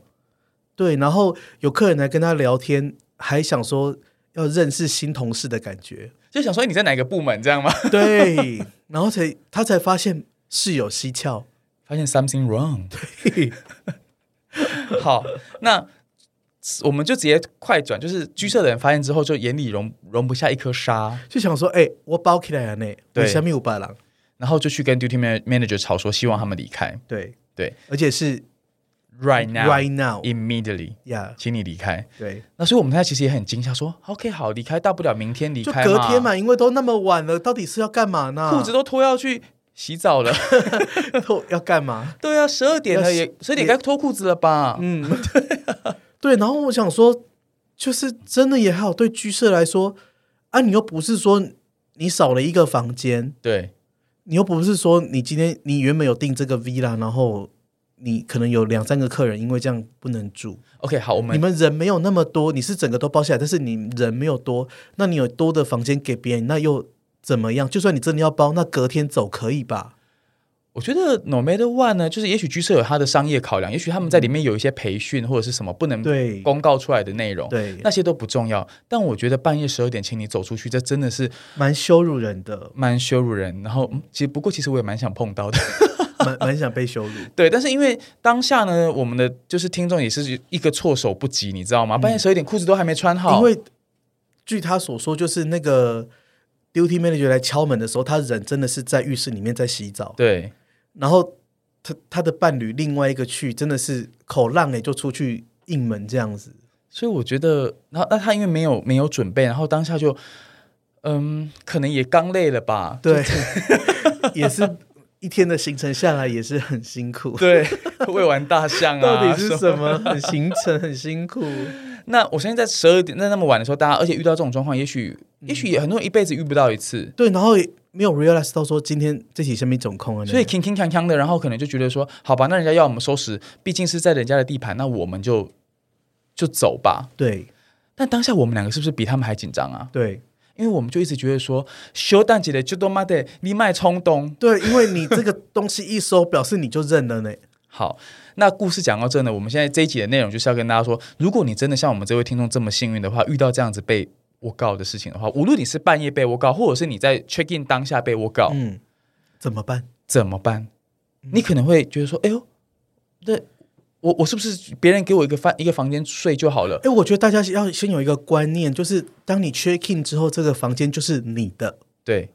[SPEAKER 1] 对，然后有客人来跟他聊天，还想说要认识新同事的感觉，
[SPEAKER 2] 就想说你在哪个部门这样吗？
[SPEAKER 1] 对，然后才他才发现事有蹊跷，
[SPEAKER 2] (laughs) 发现 something wrong。好，那我们就直接快转，就是居社的人发现之后，就眼里容容不下一颗沙，
[SPEAKER 1] 就想说，哎、我包起来了呢，
[SPEAKER 2] 对
[SPEAKER 1] 为什么有白狼？
[SPEAKER 2] 然后就去跟 duty man- manager 吵说，希望他们离开。
[SPEAKER 1] 对
[SPEAKER 2] 对
[SPEAKER 1] 而且是
[SPEAKER 2] ，right now。
[SPEAKER 1] right now，
[SPEAKER 2] Immediately，
[SPEAKER 1] 呀、
[SPEAKER 2] 请你离开。
[SPEAKER 1] yeah,，对，
[SPEAKER 2] 那所以我们现在其实也很惊吓，说 OK 好，离开，大不了明天离
[SPEAKER 1] 就
[SPEAKER 2] 开
[SPEAKER 1] 隔天，嘛，因为都那么晚了，到底是要干嘛呢？
[SPEAKER 2] 裤子都脱要去洗澡 (laughs) 了。
[SPEAKER 1] (laughs) 都要干嘛？
[SPEAKER 2] 对啊，十二点了
[SPEAKER 1] 要
[SPEAKER 2] 也，十二点该脱裤子了吧？
[SPEAKER 1] 嗯，对、对，然后我想说，就是真的也还好，对居社来说，啊，你又不是说你少了一个房间，
[SPEAKER 2] 对，
[SPEAKER 1] 你又不是说你今天你原本有订这个 villa，然后你可能有两三个客人因为这样不能住，
[SPEAKER 2] OK，好，我们
[SPEAKER 1] 你们人没有那么多，你是整个都包下来，但是你人没有多，那你有多的房间给别人，那又怎么样？就算你真的要包，那隔天走可以吧？
[SPEAKER 2] 我觉得 no matter one 呢，就是也许居社有它的商业考量，也许他们在里面有一些培训或者是什么不
[SPEAKER 1] 嗯
[SPEAKER 2] 能
[SPEAKER 1] 对
[SPEAKER 2] 嗯公告出来的内容，
[SPEAKER 1] 对，
[SPEAKER 2] 那些都不重要。但我觉得半夜十二点请你走出去，这真的是
[SPEAKER 1] 蛮羞辱人的，
[SPEAKER 2] 蛮羞辱人。然后，嗯，其实不过其实我也蛮想碰到的， (laughs)
[SPEAKER 1] 蛮蛮想被羞辱。
[SPEAKER 2] 对。但是因为当下呢，我们的就是听众也是一个措手不及，你知道吗？半夜十二点裤子都还没穿 (laughs)
[SPEAKER 1] 嗯
[SPEAKER 2] 好，
[SPEAKER 1] 因为据他所说，就是那个 duty manager 来敲门的时候，他人真的是在浴室里面在洗澡，
[SPEAKER 2] 对
[SPEAKER 1] 然后他他的伴侣另外一个去真的是口浪哎就出去应门这样子，
[SPEAKER 2] 所以我觉得，然后那他因为没有没有准备，然后当下就，嗯，可能也刚累了吧，
[SPEAKER 1] 对， (laughs) 也是一天的行程下来也是很辛苦。
[SPEAKER 2] 对， (laughs) 喂完大象啊，
[SPEAKER 1] (laughs) 到底是
[SPEAKER 2] 什么
[SPEAKER 1] 什么？很行程很辛
[SPEAKER 2] (laughs)
[SPEAKER 1] 苦，
[SPEAKER 2] 那我相信在十二点那那么晚的时候，大家而且遇到这种状况，也许也许也很多人一辈子遇不到一次，
[SPEAKER 1] 对，然后也没有 realize 到说今天这起生命总控啊，
[SPEAKER 2] 所以铿铿锵锵的，然后可能就觉得说，好吧，那人家要我们收拾，毕竟是在人家的地盘，那我们就就走吧。
[SPEAKER 1] 对
[SPEAKER 2] 但当下我们两个是不是比他们还紧张啊？
[SPEAKER 1] 对
[SPEAKER 2] 因为我们就一直觉得说，修蛋姐的就多妈的，你卖冲动。
[SPEAKER 1] 对，因为你这个东西一收， (laughs) 表示你就认了呢。
[SPEAKER 2] 好，那故事讲到这呢，我们现在这一集的内容就是要跟大家说，如果你真的像我们这位听众这么幸运的话，遇到这样子被我告的事情的话，无论你是半夜被我告，或者是你在 check in 当下被我告，
[SPEAKER 1] 嗯，怎么办？
[SPEAKER 2] 怎么办？
[SPEAKER 1] 嗯
[SPEAKER 2] 你可能会觉得说，哎呦，那我我是不是别人给我一个房一个房间睡就好了？
[SPEAKER 1] 哎，我觉得大家要先有一个观念，就是当你 check in 之后，这个房间就是你的。
[SPEAKER 2] 对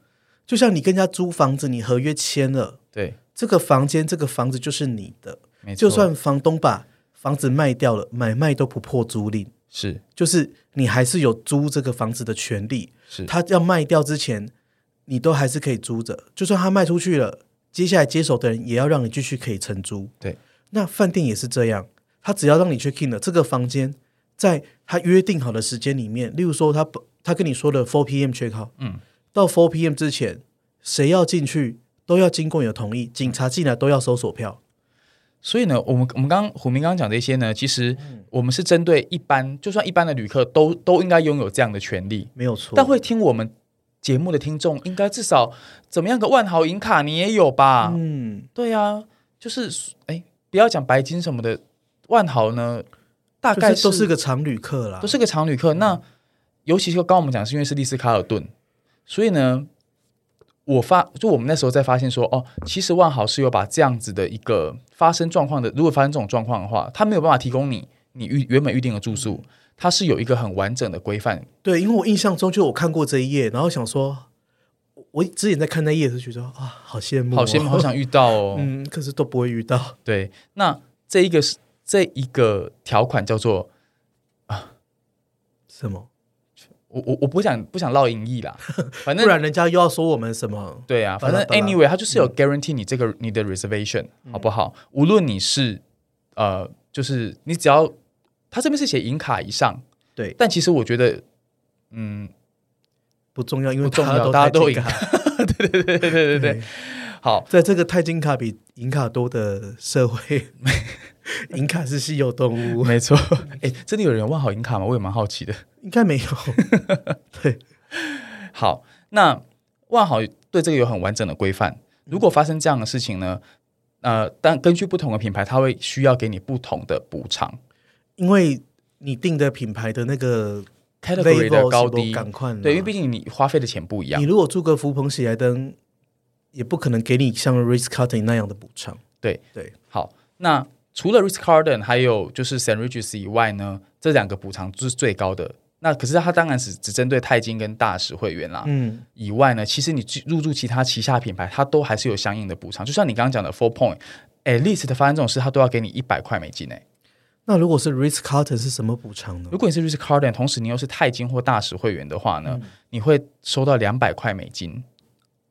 [SPEAKER 1] 就像你跟人家租房子，你合约签了，
[SPEAKER 2] 对，
[SPEAKER 1] 这个房间、这个房子就是你的。
[SPEAKER 2] 没错，
[SPEAKER 1] 就算房东把房子卖掉了，买卖都不破租赁，
[SPEAKER 2] 是
[SPEAKER 1] 就是你还是有租这个房子的权利。
[SPEAKER 2] 是
[SPEAKER 1] 他要卖掉之前，你都还是可以租着。就算他卖出去了，接下来接手的人也要让你继续可以承租。
[SPEAKER 2] 对，
[SPEAKER 1] 那饭店也是这样，他只要让你 check in 了，这个房间在他约定好的时间里面，例如说他他跟你说的 four p.m. check out，
[SPEAKER 2] 嗯，
[SPEAKER 1] 到 four p.m. 之前，谁要进去都要经过你的同意，警察进来都要搜索票。
[SPEAKER 2] 所以呢，我们我们刚刚虎明刚刚讲的一些呢，其实
[SPEAKER 1] 嗯
[SPEAKER 2] 我们是针对一般，就算一般的旅客都都应该拥有这样的权利，
[SPEAKER 1] 没有错，
[SPEAKER 2] 但会听我们节目的听众，应该至少怎么样个万豪银卡你也有吧？
[SPEAKER 1] 嗯，
[SPEAKER 2] 对啊，就是哎，不要讲白金什么的，万豪呢，大概
[SPEAKER 1] 就是都是个常旅客啦
[SPEAKER 2] 都。是个常旅客。那尤其是刚刚我们讲，是因为是丽思卡尔顿，所以呢，我发就我们那时候在发现说，哦，其实万豪是有把这样子的一个发生状况的，如果发生这种状况的话，它没有办法提供你你预原本预定的住宿，它是有一个很完整的规范。
[SPEAKER 1] 对，因为我印象中就我看过这一页，然后想说，我我之前在看那一页的时候觉得啊，好羡慕、
[SPEAKER 2] 好羡慕，好，想遇到哦。
[SPEAKER 1] (laughs) 嗯，可是都不会遇到。
[SPEAKER 2] 对，那这一个是这一个条款叫做。
[SPEAKER 1] 什么？
[SPEAKER 2] 我我我不想不想烙音译啦，反
[SPEAKER 1] 不
[SPEAKER 2] 正
[SPEAKER 1] 然人家又要说我们什么？
[SPEAKER 2] 对啊，
[SPEAKER 1] 巴
[SPEAKER 2] 反
[SPEAKER 1] 拉
[SPEAKER 2] 正
[SPEAKER 1] 巴拉
[SPEAKER 2] anyway，它就是有 guarantee 你这个你的 reservation 好不好？无论你是呃，就是你只要它这边是写银卡以上，
[SPEAKER 1] 对，
[SPEAKER 2] 但其实我觉得，嗯，
[SPEAKER 1] 不重要，因为
[SPEAKER 2] 不重要
[SPEAKER 1] 大家
[SPEAKER 2] 大家
[SPEAKER 1] 都
[SPEAKER 2] 都
[SPEAKER 1] 太金卡。
[SPEAKER 2] 对 (laughs) 对对对对 (laughs) 对，
[SPEAKER 1] 对，
[SPEAKER 2] (laughs) 好，
[SPEAKER 1] 在这个钛金卡比银卡多的社
[SPEAKER 2] (laughs)
[SPEAKER 1] 会，银卡是稀有动物，
[SPEAKER 2] 没错。 (laughs) 哎，真的有人问好银卡吗？我也蛮好奇的。
[SPEAKER 1] 应该没有。对，
[SPEAKER 2] 好，那万豪对这个有很完整的规范。如果发生这样的事情呢，呃，但根据不同的品牌，它会需要给你不同的补偿
[SPEAKER 1] 因为你定的品牌的那个
[SPEAKER 2] category 的高低。
[SPEAKER 1] 赶快啦
[SPEAKER 2] 对，因为毕竟你花费的钱不一样
[SPEAKER 1] 你。如果住个福朋喜来登，也不可能给你像 Ritz Carlton 那样的补偿。
[SPEAKER 2] 好，那除了 Ritz Carlton 还有就是 St. Regis 以外呢，这两个补偿是最高的。那可是它当然只只针对钛金跟大使会员啦。
[SPEAKER 1] 嗯，
[SPEAKER 2] 以外呢，其实你去入驻其他旗下品牌，它都还是有相应的补偿。就像你刚刚讲的 Four Point。哎，list 的发生这种事，它都要给你一百块美金诶。
[SPEAKER 1] 那如果是 Ritz Carlton 是什么补偿呢？
[SPEAKER 2] 如果你是 Ritz Carlton，同时你又是钛金或大使会员的话呢，你会收到两百块美金，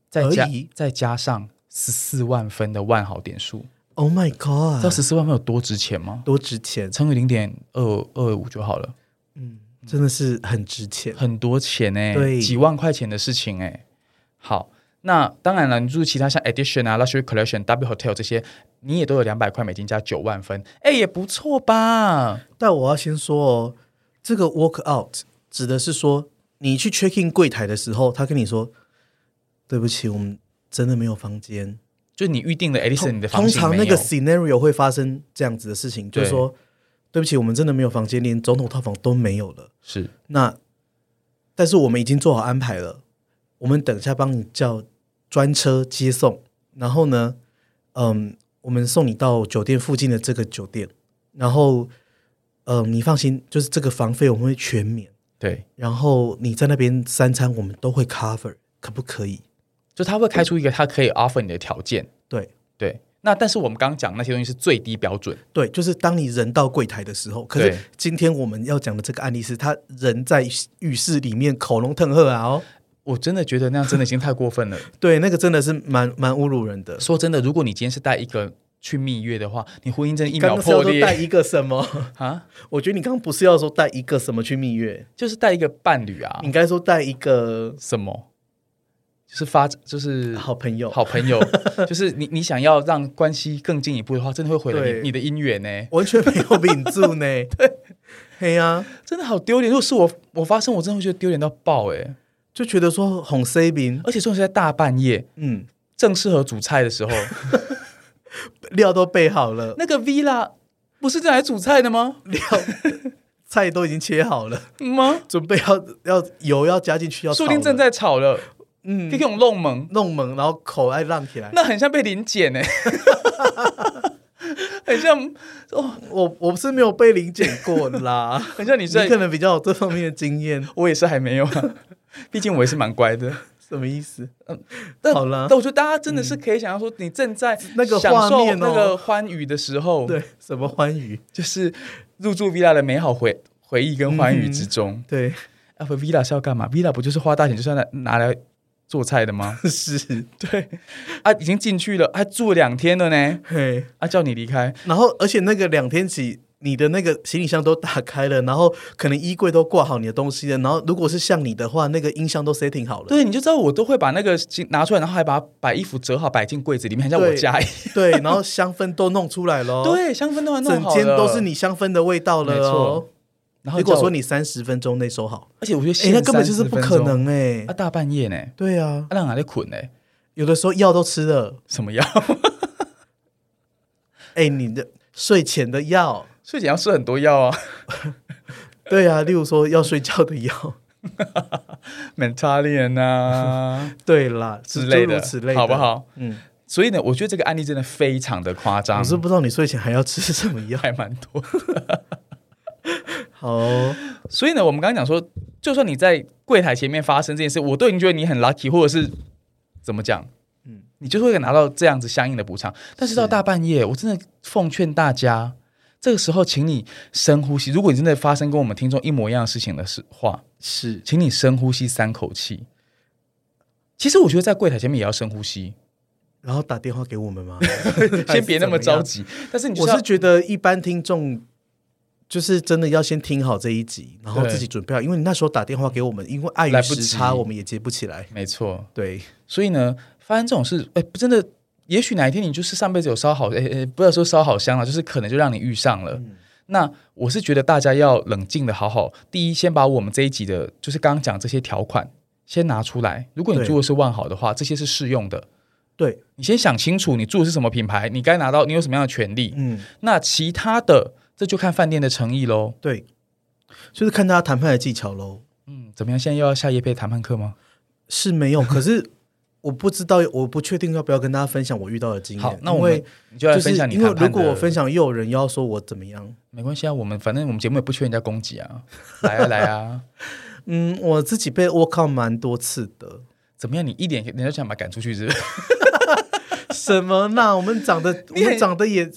[SPEAKER 2] 再加
[SPEAKER 1] 而已
[SPEAKER 2] 再加上十四万分的万豪点数。
[SPEAKER 1] Oh my
[SPEAKER 2] 知道
[SPEAKER 1] God，
[SPEAKER 2] 十四万分有多值钱吗？
[SPEAKER 1] 多值钱！
[SPEAKER 2] 乘以零点二二五就好了，
[SPEAKER 1] 嗯，真的是很值钱。
[SPEAKER 2] 很多钱哎、
[SPEAKER 1] 对
[SPEAKER 2] 几万块钱的事情哎、好，那当然了，你住其他像 Edition 啊、Luxury Collection、W Hotel 这些，你也都有两百块美金加九万分，哎，也不错吧？
[SPEAKER 1] 但我要先说哦，这个 walk out 指的是说，你去 check in 柜台的时候，他跟你说：“对不起，我们真的没有房间。
[SPEAKER 2] 就你预定的 Edison 你的
[SPEAKER 1] 通
[SPEAKER 2] 房型
[SPEAKER 1] 常
[SPEAKER 2] 没
[SPEAKER 1] 那
[SPEAKER 2] 有
[SPEAKER 1] 个 scenario 会发生这样子的事情，就是说：“对不起，我们真的没有房间，连总统套房都没有了。
[SPEAKER 2] 是
[SPEAKER 1] 那但是我们已经做好安排了，我们等一下帮你叫专车接送，然后呢，嗯，我们送你到酒店附近的这个酒店，然后，嗯，你放心，就是这个房费我们会全免。
[SPEAKER 2] 对，
[SPEAKER 1] 然后你在那边三餐我们都会 cover，可不可以？
[SPEAKER 2] 就他会开出一个他可以 offer 你的条件，
[SPEAKER 1] 对
[SPEAKER 2] 对。那但是我们刚刚讲那些东西是最低标准，
[SPEAKER 1] 对，就是当你人到柜台的时候。可是
[SPEAKER 2] 对
[SPEAKER 1] 今天我们要讲的这个案例是，他人在浴室里面口龙腾赫啊哦，
[SPEAKER 2] 我真的觉得那样真的已经太
[SPEAKER 1] (laughs)
[SPEAKER 2] 过分了。
[SPEAKER 1] 对，那个真的是蛮蛮侮辱人的。
[SPEAKER 2] 说真的，如果你今天是带一个去蜜月的话，你婚姻真的一
[SPEAKER 1] 刚
[SPEAKER 2] 秒
[SPEAKER 1] 刚是要
[SPEAKER 2] 破
[SPEAKER 1] 说带
[SPEAKER 2] 裂
[SPEAKER 1] 一个什么？ (laughs)
[SPEAKER 2] 啊！
[SPEAKER 1] 我觉得你刚刚不是要说带一个什么去蜜月，
[SPEAKER 2] 就是带一个伴侣啊
[SPEAKER 1] 你，应该说带一个
[SPEAKER 2] 什么？就是发就是
[SPEAKER 1] 好朋友。
[SPEAKER 2] 好朋 (laughs) 友，就是你你想要让关系更进一步的话，真的会毁了
[SPEAKER 1] 对
[SPEAKER 2] 你你的姻缘欸呢，
[SPEAKER 1] 完全没有秉住
[SPEAKER 2] (laughs)
[SPEAKER 1] 呢，对，嘿呀、
[SPEAKER 2] 真的好丢脸。如果是我我发生，我真的会觉得丢脸到爆哎！
[SPEAKER 1] 就觉得说哄 C 饼，
[SPEAKER 2] 而且重点是在大半夜，
[SPEAKER 1] 嗯，
[SPEAKER 2] 正适合煮菜的 (laughs) 时候，
[SPEAKER 1] 料都备好了，
[SPEAKER 2] 那个 villa 不是在来煮菜的 (laughs) 吗？
[SPEAKER 1] 料菜都已经切好了，
[SPEAKER 2] 吗？
[SPEAKER 1] 准备要要油要加进去，要
[SPEAKER 2] 说不
[SPEAKER 1] 炒
[SPEAKER 2] 定
[SPEAKER 1] 了
[SPEAKER 2] 正在炒了，可以
[SPEAKER 1] 嗯
[SPEAKER 2] 用弄猛，
[SPEAKER 1] 弄猛，然后口爱浪起来。 (laughs)
[SPEAKER 2] 那很像被临检 (laughs) 哎，很像
[SPEAKER 1] 我我是没有被零检过啦，
[SPEAKER 2] 很像 (laughs) 你
[SPEAKER 1] 你
[SPEAKER 2] 在
[SPEAKER 1] 可，能比较有这方面的经验，
[SPEAKER 2] 我也是还没有啊，毕竟我也是蛮乖的。
[SPEAKER 1] 什么意思？
[SPEAKER 2] 但
[SPEAKER 1] 好啦嗯
[SPEAKER 2] 但我觉得大家真的是可以想象说，你正在
[SPEAKER 1] 那个
[SPEAKER 2] 享
[SPEAKER 1] 画
[SPEAKER 2] 受
[SPEAKER 1] 面哦
[SPEAKER 2] 那个欢愉的时候，
[SPEAKER 1] 对，什么欢愉？
[SPEAKER 2] 就是入住 villa 的美好回回忆跟欢愉
[SPEAKER 1] 嗯
[SPEAKER 2] 之中。
[SPEAKER 1] 对， (laughs)
[SPEAKER 2] 啊，不，villa 是要干嘛？villa 不就是花大钱就是要拿拿来做菜
[SPEAKER 1] (laughs)
[SPEAKER 2] 的吗？
[SPEAKER 1] 是，
[SPEAKER 2] 对，啊，已经进去了，还住了两天了呢，
[SPEAKER 1] 嘿。
[SPEAKER 2] 啊，叫你离开，
[SPEAKER 1] 然后，而且那个两天起，你的那个行李箱都打开了，然后可能衣柜都挂好你的东西了。然后，如果是像你的话，那个音箱都 setting 好了。
[SPEAKER 2] 对，你就知道我都会把那个行拿出来，然后还把把衣服折好摆进柜子里面，很像我
[SPEAKER 1] 对
[SPEAKER 2] 家一
[SPEAKER 1] (laughs) 对，然后香氛都弄出来了，
[SPEAKER 2] 样。，对，香氛都还弄
[SPEAKER 1] 整
[SPEAKER 2] 好
[SPEAKER 1] 间
[SPEAKER 2] 了
[SPEAKER 1] 都是。你香氛的味道了
[SPEAKER 2] 没
[SPEAKER 1] 哦
[SPEAKER 2] 错。然后
[SPEAKER 1] 结果说
[SPEAKER 2] 你，
[SPEAKER 1] 你三十分钟内收好，
[SPEAKER 2] 而且我觉得
[SPEAKER 1] 哎、
[SPEAKER 2] 限
[SPEAKER 1] 那根本就是
[SPEAKER 2] 30
[SPEAKER 1] 不
[SPEAKER 2] 分
[SPEAKER 1] 可
[SPEAKER 2] 钟
[SPEAKER 1] 能哎、
[SPEAKER 2] 啊！大半夜呢，啊，
[SPEAKER 1] 对啊，
[SPEAKER 2] 让哪里捆呢？
[SPEAKER 1] 有的时候药都吃了，
[SPEAKER 2] 什么药？
[SPEAKER 1] 哎、你的睡前的药，
[SPEAKER 2] 睡前要吃很多药啊 (laughs)
[SPEAKER 1] 对啊，例如说要睡觉的 (laughs) 药，(laughs)
[SPEAKER 2] ，Mentalian 啊
[SPEAKER 1] 对啦，
[SPEAKER 2] 之类
[SPEAKER 1] 诸
[SPEAKER 2] 的，
[SPEAKER 1] 如此类的，
[SPEAKER 2] 好不？好？
[SPEAKER 1] 嗯，
[SPEAKER 2] 所以呢，我觉得这个案例真的非常的夸张，
[SPEAKER 1] 我是不知道你睡前还要吃什么 (laughs) 药。
[SPEAKER 2] (laughs) 还蛮多。
[SPEAKER 1] 好哦、
[SPEAKER 2] 所以呢，我们刚刚讲说，就算你在柜台前面发生这件事，我都已经觉得你很 lucky，或者是怎么讲，嗯，你就是会拿到这样子相应的补偿。但是到大半夜，我真的奉劝大家，这个时候请你深呼吸。如果你真的发生跟我们听众一模一样的事情的事话，
[SPEAKER 1] 是
[SPEAKER 2] 请你深呼吸三口气。其实我觉得在柜台前面也要深呼吸，
[SPEAKER 1] 然后打电话给我们吗？
[SPEAKER 2] (laughs) 先别那么着急。但是你就
[SPEAKER 1] 我
[SPEAKER 2] 是要
[SPEAKER 1] 是觉得一般听众就是真的要先听好这一集，然后
[SPEAKER 2] 对
[SPEAKER 1] 自己准备好，因为你那时候打电话给我们，因为碍于
[SPEAKER 2] 来不
[SPEAKER 1] 时
[SPEAKER 2] 及
[SPEAKER 1] 差，我们也接不起来。
[SPEAKER 2] 没错，
[SPEAKER 1] 对，
[SPEAKER 2] 所以呢，发生这种事，哎，真的，也许哪一天你就是上辈子有烧好，哎哎，不要说烧好香了，就是可能就让你遇上了。
[SPEAKER 1] 嗯
[SPEAKER 2] 那我是觉得大家要冷静的，好好，第一，先把我们这一集的，就是刚刚讲这些条款，先拿出来。如果你
[SPEAKER 1] 对
[SPEAKER 2] 住的是万豪的话，这些是适用的。
[SPEAKER 1] 对，
[SPEAKER 2] 你先想清楚，你住的是什么品牌，你该拿到，你有什么样的权利。
[SPEAKER 1] 嗯，
[SPEAKER 2] 那其他的，这就看饭店的诚意喽。
[SPEAKER 1] 对，就是看大家谈判的技巧喽。
[SPEAKER 2] 嗯，怎么样？现在又要下夜配谈判课吗？
[SPEAKER 1] 是没
[SPEAKER 2] (laughs)
[SPEAKER 1] 有，可是我不知道，我不确定要不要跟大家分享我遇到的经验。
[SPEAKER 2] 好，那
[SPEAKER 1] 因
[SPEAKER 2] 我
[SPEAKER 1] 为
[SPEAKER 2] 们你就来
[SPEAKER 1] 就是
[SPEAKER 2] 分享你
[SPEAKER 1] 因为
[SPEAKER 2] 谈判
[SPEAKER 1] 如果
[SPEAKER 2] 的
[SPEAKER 1] 我分享，又有人要说我怎么样，
[SPEAKER 2] 没关系啊，我们反正我们节目也不缺人家攻击啊， (laughs) 来啊来啊，
[SPEAKER 1] 嗯，我自己被 walk out 蛮多次的。
[SPEAKER 2] 怎么样？你一点人家想把他赶出去是不是？
[SPEAKER 1] 什么啦？我们长得，我
[SPEAKER 2] (laughs) 你很
[SPEAKER 1] 们长得也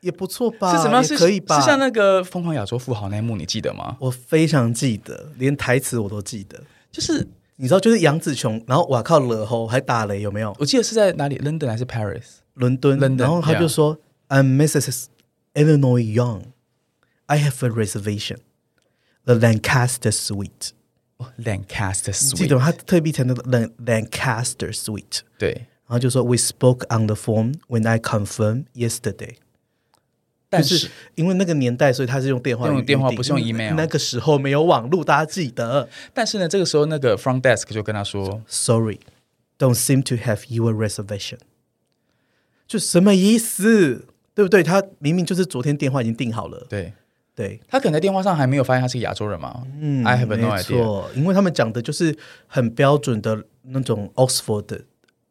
[SPEAKER 1] 也不错 (laughs) 吧？
[SPEAKER 2] 是什么样？
[SPEAKER 1] 也
[SPEAKER 2] 是
[SPEAKER 1] 可以吧？
[SPEAKER 2] 是像那个《疯狂亚洲富豪》那一幕，你记得吗？
[SPEAKER 1] 我非常记得，连台词我都记得。
[SPEAKER 2] 就是
[SPEAKER 1] 你知道，就是杨紫琼，然后哇靠，惹吼还打雷，有没有？
[SPEAKER 2] 我记得是在哪里，London 还是 Paris？
[SPEAKER 1] 伦敦，
[SPEAKER 2] London，
[SPEAKER 1] 然后他就说：“I'm Mrs. Eleanor Young. I have a reservation, the Lancaster Suite。
[SPEAKER 2] 哦， Lancaster
[SPEAKER 1] 记得
[SPEAKER 2] Suite，
[SPEAKER 1] 吗？他特地强调 Lan Lancaster Suite，
[SPEAKER 2] 对，
[SPEAKER 1] 然后就说 We spoke on the phone when I confirmed yesterday。
[SPEAKER 2] 但
[SPEAKER 1] 就是因为那个年代，所以他是用电话
[SPEAKER 2] 用
[SPEAKER 1] 语音
[SPEAKER 2] 电话
[SPEAKER 1] 订
[SPEAKER 2] 不是用
[SPEAKER 1] 因为
[SPEAKER 2] email
[SPEAKER 1] 那个时候没有网络，大家记得。
[SPEAKER 2] 但是呢，这个时候那个 front desk 就跟他说，
[SPEAKER 1] Sorry, don't seem to have your reservation。就什么意思？对不对？他明明就是昨天电话已经订好了。
[SPEAKER 2] 对
[SPEAKER 1] 对，
[SPEAKER 2] 他可能在电话上还没有发现他是个亚洲人嘛，嗯，I have
[SPEAKER 1] 没
[SPEAKER 2] no idea，
[SPEAKER 1] 错，因为他们讲的就是很标准的那种 Oxford 的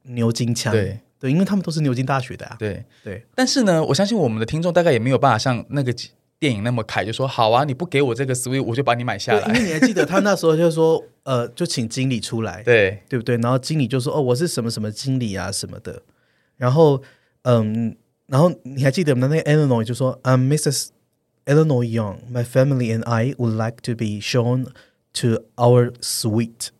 [SPEAKER 1] 牛津腔。
[SPEAKER 2] 对
[SPEAKER 1] 对，因为他们都是牛津大学的啊。
[SPEAKER 2] 对，
[SPEAKER 1] 对，
[SPEAKER 2] 但是呢，我相信我们的听众大概也没有办法像那个电影那么凯，就说好啊，你不给我这个 Suite，我就把你买下
[SPEAKER 1] 对，因
[SPEAKER 2] 来，
[SPEAKER 1] 为你还记得他那时候就说，呃，就请经理出来。
[SPEAKER 2] 对。
[SPEAKER 1] 对不对？然后经理就说：“哦，我是什么什么经理啊什么的。”然后，嗯，然后你还记得吗？那个 Eleanor 就说：“I'm Mrs. Eleanor Young. My family and I would like to be shown to our suite。”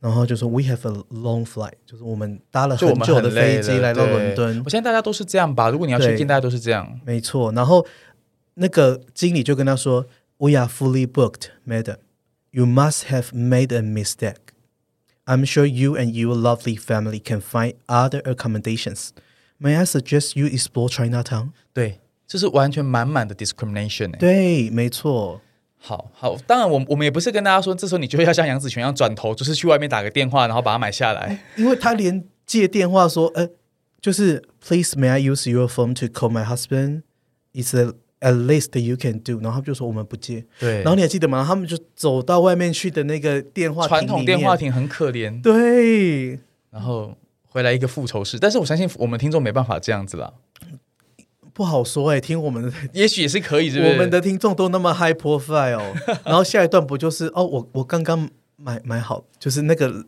[SPEAKER 1] 然后就说：“We have a long flight，就是我们搭了
[SPEAKER 2] 就我
[SPEAKER 1] 很
[SPEAKER 2] 们
[SPEAKER 1] 久的
[SPEAKER 2] 很累
[SPEAKER 1] 飞
[SPEAKER 2] 了
[SPEAKER 1] 机来到
[SPEAKER 2] 对
[SPEAKER 1] 伦敦。
[SPEAKER 2] 我相信大家都是这样吧。如果你要去
[SPEAKER 1] 对
[SPEAKER 2] 见，大家都是这样。
[SPEAKER 1] 没错。然后那个经理就跟他说：“We are fully booked, madam. You must have made a mistake. I'm sure you and your lovely family can find other accommodations. May I suggest you explore Chinatown？”
[SPEAKER 2] 对，这是完全满满的 discrimination、欸。
[SPEAKER 1] 对，没错，
[SPEAKER 2] 好好，当然我我们也不是跟大家说，这时候你就要像杨子琼一样转头，就是去外面打个电话，然后把它买下来。
[SPEAKER 1] 因为他连接电话说：“呃，就是 Please may I use your phone to call my husband? It's a at least you can do。”然后他们就说：“我们不接。”
[SPEAKER 2] 对
[SPEAKER 1] 然后你还记得吗？他们就走到外面去的那个电话
[SPEAKER 2] (laughs) 传
[SPEAKER 1] 亭
[SPEAKER 2] 统
[SPEAKER 1] 里
[SPEAKER 2] 电话
[SPEAKER 1] 面
[SPEAKER 2] 亭很可怜，
[SPEAKER 1] 对，
[SPEAKER 2] 然后回来一个复仇式。但是我相信我们听众没办法这样子啦，
[SPEAKER 1] 不好说哎、听我们
[SPEAKER 2] (laughs)
[SPEAKER 1] 的，
[SPEAKER 2] 也许也是可以，是不是？
[SPEAKER 1] 我们的听众都那么 high
[SPEAKER 2] (laughs)
[SPEAKER 1] profile，然后下一段不就是哦，我我刚刚买买好，就是那个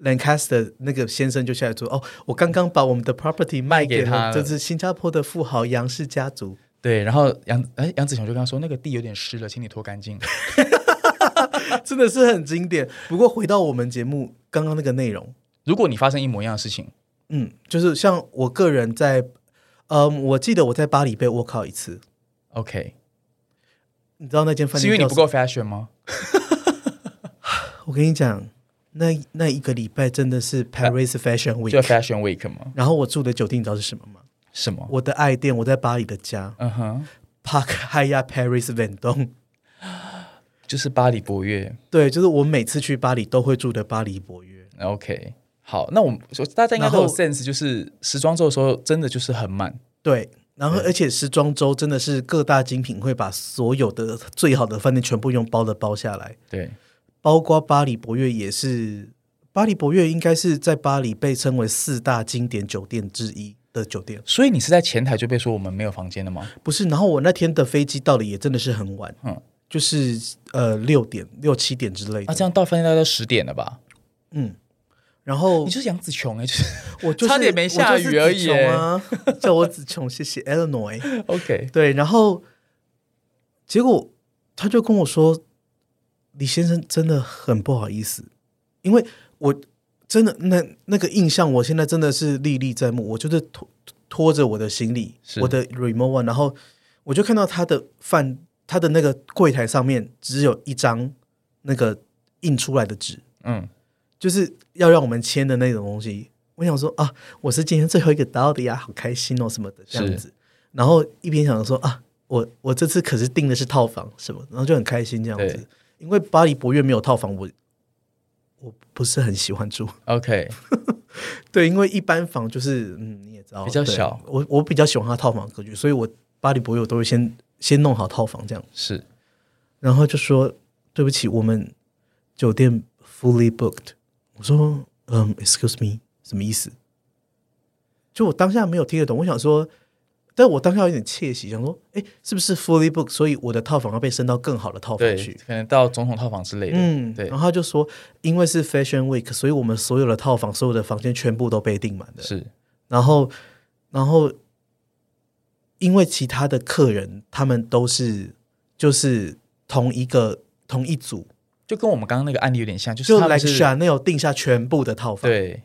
[SPEAKER 1] Lancaster 那个先生就下来说哦，我刚刚把我们的 property 卖
[SPEAKER 2] 给
[SPEAKER 1] 给
[SPEAKER 2] 他了
[SPEAKER 1] 了，就是新加坡的富豪杨氏家族， (laughs)
[SPEAKER 2] 对，然后杨哎杨子琼就跟他说，那个地有点湿了，请你拖
[SPEAKER 1] (laughs)
[SPEAKER 2] 干净。
[SPEAKER 1] 真的是很经典。不过回到我们节目刚刚那个内容，
[SPEAKER 2] 如果你发生一模一样的事情，
[SPEAKER 1] 嗯，就是像我个人在，嗯，我记得我在巴黎被 walk out 一次，
[SPEAKER 2] OK，
[SPEAKER 1] 你知道那间饭
[SPEAKER 2] 是
[SPEAKER 1] 店
[SPEAKER 2] 因为
[SPEAKER 1] 叫
[SPEAKER 2] 你不够 fashion 吗？
[SPEAKER 1] 我跟你讲，那那一个礼拜真的是 Paris Fashion
[SPEAKER 2] 就
[SPEAKER 1] Week。
[SPEAKER 2] fashion week 吗？
[SPEAKER 1] 然后我住的酒店你知道是什么吗？
[SPEAKER 2] 什么？
[SPEAKER 1] 我的爱店，我在巴黎的家
[SPEAKER 2] 嗯哼，
[SPEAKER 1] ，Park (laughs) Hyatt Paris Vendôme。
[SPEAKER 2] 就是巴黎博悦。
[SPEAKER 1] 对，就是我每次去巴黎都会住的巴黎博悦。
[SPEAKER 2] OK，好，那我们说大家应该都有
[SPEAKER 1] 然后
[SPEAKER 2] sense，就是时装周的时候真的就是很满，
[SPEAKER 1] 对，然后而且时装周真的是各大精品会把所有的最好的饭店全部用包的包下来，
[SPEAKER 2] 对，
[SPEAKER 1] 包括巴黎博悦也是。巴黎博悦应该是在巴黎被称为四大经典酒店之一的酒店，
[SPEAKER 2] 所以你是在前台就被说我们没有房间了吗？
[SPEAKER 1] 不是？然后我那天的飞机到的也真的是很晚，
[SPEAKER 2] 嗯
[SPEAKER 1] 就是呃六点六七点之类的。
[SPEAKER 2] 啊，这样到饭店大概十点了吧？
[SPEAKER 1] 然后
[SPEAKER 2] 你就是杨紫琼哎、就是
[SPEAKER 1] 我就是
[SPEAKER 2] 差点没下雨
[SPEAKER 1] 我就
[SPEAKER 2] 而已
[SPEAKER 1] 是紫琼 (laughs) 啊，叫我紫琼，谢谢 Eleanor。
[SPEAKER 2] OK， (laughs)
[SPEAKER 1] 对，然后结果他就跟我说：“李先生真的很不好意思，因为我真的那那个印象，我现在真的是历历在目。我就是拖拖着我的行李
[SPEAKER 2] 是，
[SPEAKER 1] 我的 remote one，然后我就看到他的饭，他的那个柜台上面只有一张那个印出来的纸，
[SPEAKER 2] 嗯，
[SPEAKER 1] 就是要让我们签的那种东西。我想说啊，我是今天最后一个到的呀，好开心哦什么的这样子。然后一边想说啊，我我这次可是订的是套房什么，然后就很开心这样
[SPEAKER 2] 对
[SPEAKER 1] 子。因为巴黎博悦没有套房，我我不是很喜欢住。 (laughs)
[SPEAKER 2] OK，
[SPEAKER 1] 对，因为一般房就是嗯你也知道
[SPEAKER 2] 比较
[SPEAKER 1] 对
[SPEAKER 2] 小
[SPEAKER 1] 我我比较喜欢它套房格局，所以我巴黎博悦我都会先先弄好套房这样。
[SPEAKER 2] 是
[SPEAKER 1] 然后就说对不起，我们酒店 fully booked。我说嗯，excuse me，什么意思？就我当下没有听得懂，我想说，但我当下有点窃喜，想说，哎，是不是 fully booked？所以我的套房要被升到更好的套房
[SPEAKER 2] 对，
[SPEAKER 1] 去。
[SPEAKER 2] 可能到总统套房之类的，
[SPEAKER 1] 嗯，
[SPEAKER 2] 对
[SPEAKER 1] 然后他就说，因为是 Fashion Week，所以我们所有的套房、所有的房间全部都被订满了。
[SPEAKER 2] 是
[SPEAKER 1] 然后，然后因为其他的客人他们都是就是同一个同一组，
[SPEAKER 2] 就跟我们刚刚那个案例有点像，就是
[SPEAKER 1] 就啊
[SPEAKER 2] 他们
[SPEAKER 1] like
[SPEAKER 2] 是
[SPEAKER 1] Chanel 定下全部的套房，
[SPEAKER 2] 对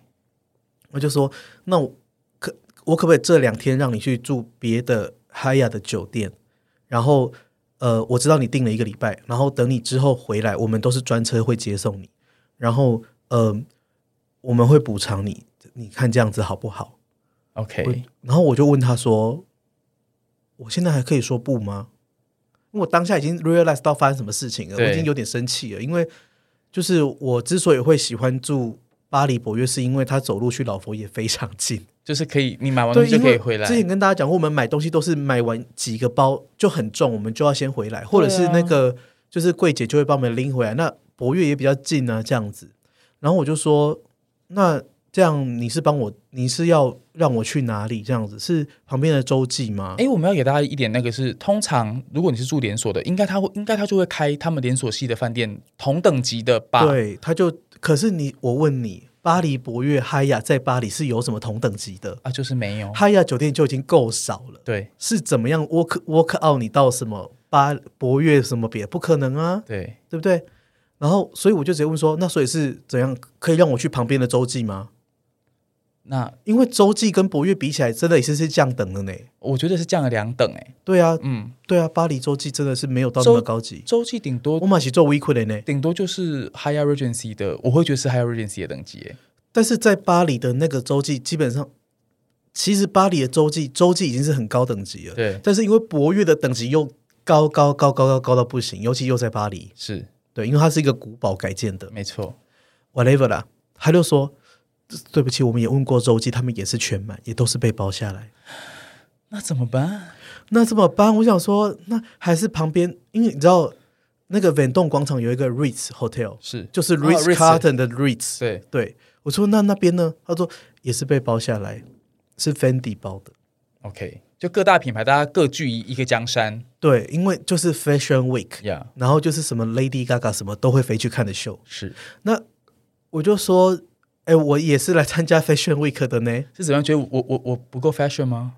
[SPEAKER 1] 我就说那我可我可不可以这两天让你去住别的 Haya 的酒店，然后呃，我知道你订了一个礼拜，然后等你之后回来，我们都是专车会接送你，然后呃，我们会补偿你，你看这样子好不好？我
[SPEAKER 2] ，OK，
[SPEAKER 1] 然后我就问他说：“我现在还可以说不吗？”因为我当下已经 realize 到发生什么事情了，
[SPEAKER 2] 对
[SPEAKER 1] 我已经有点生气了。因为就是我之所以会喜欢住巴黎博约，是因为他走路去老佛爷非常近。
[SPEAKER 2] 就是可以，你买完东
[SPEAKER 1] 对，
[SPEAKER 2] 西就
[SPEAKER 1] 因
[SPEAKER 2] 可以
[SPEAKER 1] 为
[SPEAKER 2] 回来
[SPEAKER 1] 之。前跟大家讲过，我们买东西都是买完几个包就很重，我们就要先回来，或者是那个、就是柜姐就会帮我们拎回来。那博越也比较近啊，这样子。然后我就说，那这样你是帮我，你是要让我去哪里？这样子是旁边的洲际吗？
[SPEAKER 2] 哎，我们要给大家一点那个是，通常如果你是住连锁的，应该他会，应该他就会开他们连锁系的饭店同等级的吧？
[SPEAKER 1] 对，他就可是你，我问你，巴黎博越、嗨雅在巴黎是有什么同等级的？
[SPEAKER 2] 啊，就是没有。
[SPEAKER 1] 嗨雅酒店就已经够少了，
[SPEAKER 2] 对
[SPEAKER 1] 是怎么样 work work out 你到什么巴博越什么别？不可能啊！
[SPEAKER 2] 对，
[SPEAKER 1] 对不对？然后，所以我就直接问说，那所以是怎样可以让我去旁边的洲际吗？
[SPEAKER 2] 那
[SPEAKER 1] 因为洲际跟博越比起来，真的也是是降等的呢。
[SPEAKER 2] 我觉得是降了两等哎、
[SPEAKER 1] 对啊，
[SPEAKER 2] 嗯，
[SPEAKER 1] 对啊，巴黎洲际真的是没有到那么高级。
[SPEAKER 2] 洲际顶多
[SPEAKER 1] 我马是做 weekly 的呢，
[SPEAKER 2] 顶多就是 higher regency 的，我会觉得是 higher regency 的等级耶。
[SPEAKER 1] 但是在巴黎的那个洲际，基本上其实巴黎的洲际洲际已经是很高等级了。
[SPEAKER 2] 对，
[SPEAKER 1] 但是因为博越的等级又高高高高高高到不行，尤其又在巴黎，
[SPEAKER 2] 是
[SPEAKER 1] 对，因为它是一个古堡改建的
[SPEAKER 2] 没错。
[SPEAKER 1] ，whatever 啦。他就说，对不起，我们也问过洲际，他们也是全满，也都是被包下来。
[SPEAKER 2] 那怎么办？
[SPEAKER 1] 那怎么办？我想说，那还是旁边，因为你知道那个远洞广场有一个 Ritz Hotel，
[SPEAKER 2] 是
[SPEAKER 1] 就是
[SPEAKER 2] 哦 Ritz
[SPEAKER 1] Ritz Carlton 的 Ritz。
[SPEAKER 2] 对，
[SPEAKER 1] 对，我说那那边呢？他说也是被包下来，是 Fendi 包的。
[SPEAKER 2] OK，就各大品牌大家各据一一个江山
[SPEAKER 1] 对，因为就是 Fashion Week，
[SPEAKER 2] 呀。
[SPEAKER 1] 然后就是什么 Lady Gaga 什么都会飞去看的秀。
[SPEAKER 2] 是
[SPEAKER 1] 那我就说，哎、我也是来参加 Fashion Week 的呢。
[SPEAKER 2] 是怎么样？觉得我我我我不够 fashion 吗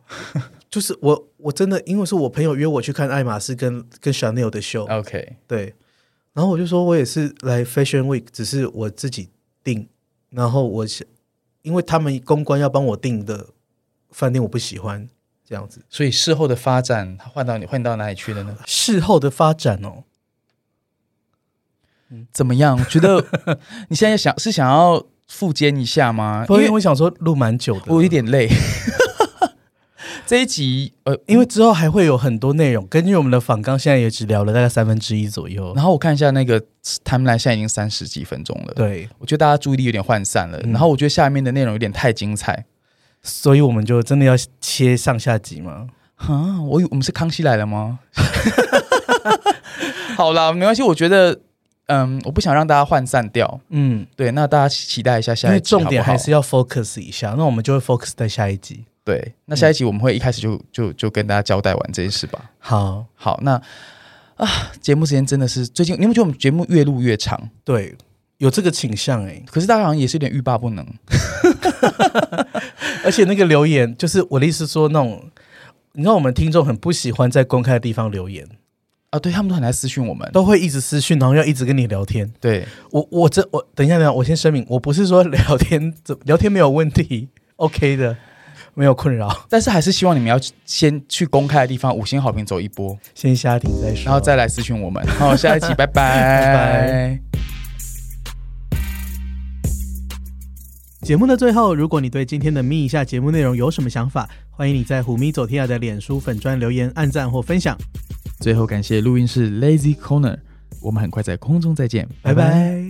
[SPEAKER 1] 就是我我真的因为是我朋友约我去看爱马仕跟跟 Chanel 的秀，
[SPEAKER 2] ？OK，
[SPEAKER 1] 对，然后我就说我也是来 Fashion Week，只是我自己订，然后我想，因为他们公关要帮我订的饭店我不喜欢这样子。
[SPEAKER 2] 所以事后的发展，它换到你换到哪里去了呢？
[SPEAKER 1] 事后的发展哦，
[SPEAKER 2] 怎么样？觉 (laughs) 得你现在想是想要复坚一下吗？因
[SPEAKER 1] 因为
[SPEAKER 2] 为
[SPEAKER 1] 我想说录蛮久的，
[SPEAKER 2] 我有点累。 (laughs) 这一集呃，
[SPEAKER 1] 因为之后还会有很多内容，根据我们的访纲，现在也只聊了大概三分之一左右。
[SPEAKER 2] 然后我看一下那个 timeline，现在已经三十几分钟了。
[SPEAKER 1] 对，
[SPEAKER 2] 我觉得大家注意力有点涣散了，然后我觉得下面的内容有点太精彩。
[SPEAKER 1] 所以我们就真的要切上下集吗？
[SPEAKER 2] 啊，我以我们是康熙来了 (laughs) 吗？好啦，没关系，我觉得，嗯，我不想让大家涣散掉。
[SPEAKER 1] 嗯，
[SPEAKER 2] 对，那大家期待一下
[SPEAKER 1] 因
[SPEAKER 2] 下一
[SPEAKER 1] 为
[SPEAKER 2] 集
[SPEAKER 1] 重
[SPEAKER 2] 好不好，
[SPEAKER 1] 点还是要 focus 一下，那我们就会 focus 在下一集。
[SPEAKER 2] 对。那下一集我们会一开始就就就跟大家交代完这件事吧。
[SPEAKER 1] 好，
[SPEAKER 2] 好，那啊，节目时间真的是最近，你有没有觉得我们节目越录越长？
[SPEAKER 1] 对，有这个倾向哎、
[SPEAKER 2] 可是大家好像也是有点欲罢不能。
[SPEAKER 1] 而且那个留言，就是我的意思说那种，你知道我们听众很不喜欢在公开的地方留言，
[SPEAKER 2] 啊，对他们都很来私讯我们，
[SPEAKER 1] 都会一直私讯，然后要一直跟你聊天。
[SPEAKER 2] 对，
[SPEAKER 1] 我我这我等一下等一下，我先声明，我不是说聊天 (laughs) 怎聊天没有问题，OK 的，没有困扰，
[SPEAKER 2] 但是还是希望你们要先去公开的地方五星好评走一波。
[SPEAKER 1] 先瞎停再说。
[SPEAKER 2] 然后再来私讯我们。好，下一期，拜拜。
[SPEAKER 1] 拜节目的最后，如果你对今天的咪一下节目内容有什么想法，欢迎你在虎咪走天涯的脸书粉砖留言、按赞或分享。
[SPEAKER 2] 最后感谢录音室 Lazy Corner，我们很快在空中再见，
[SPEAKER 1] 拜拜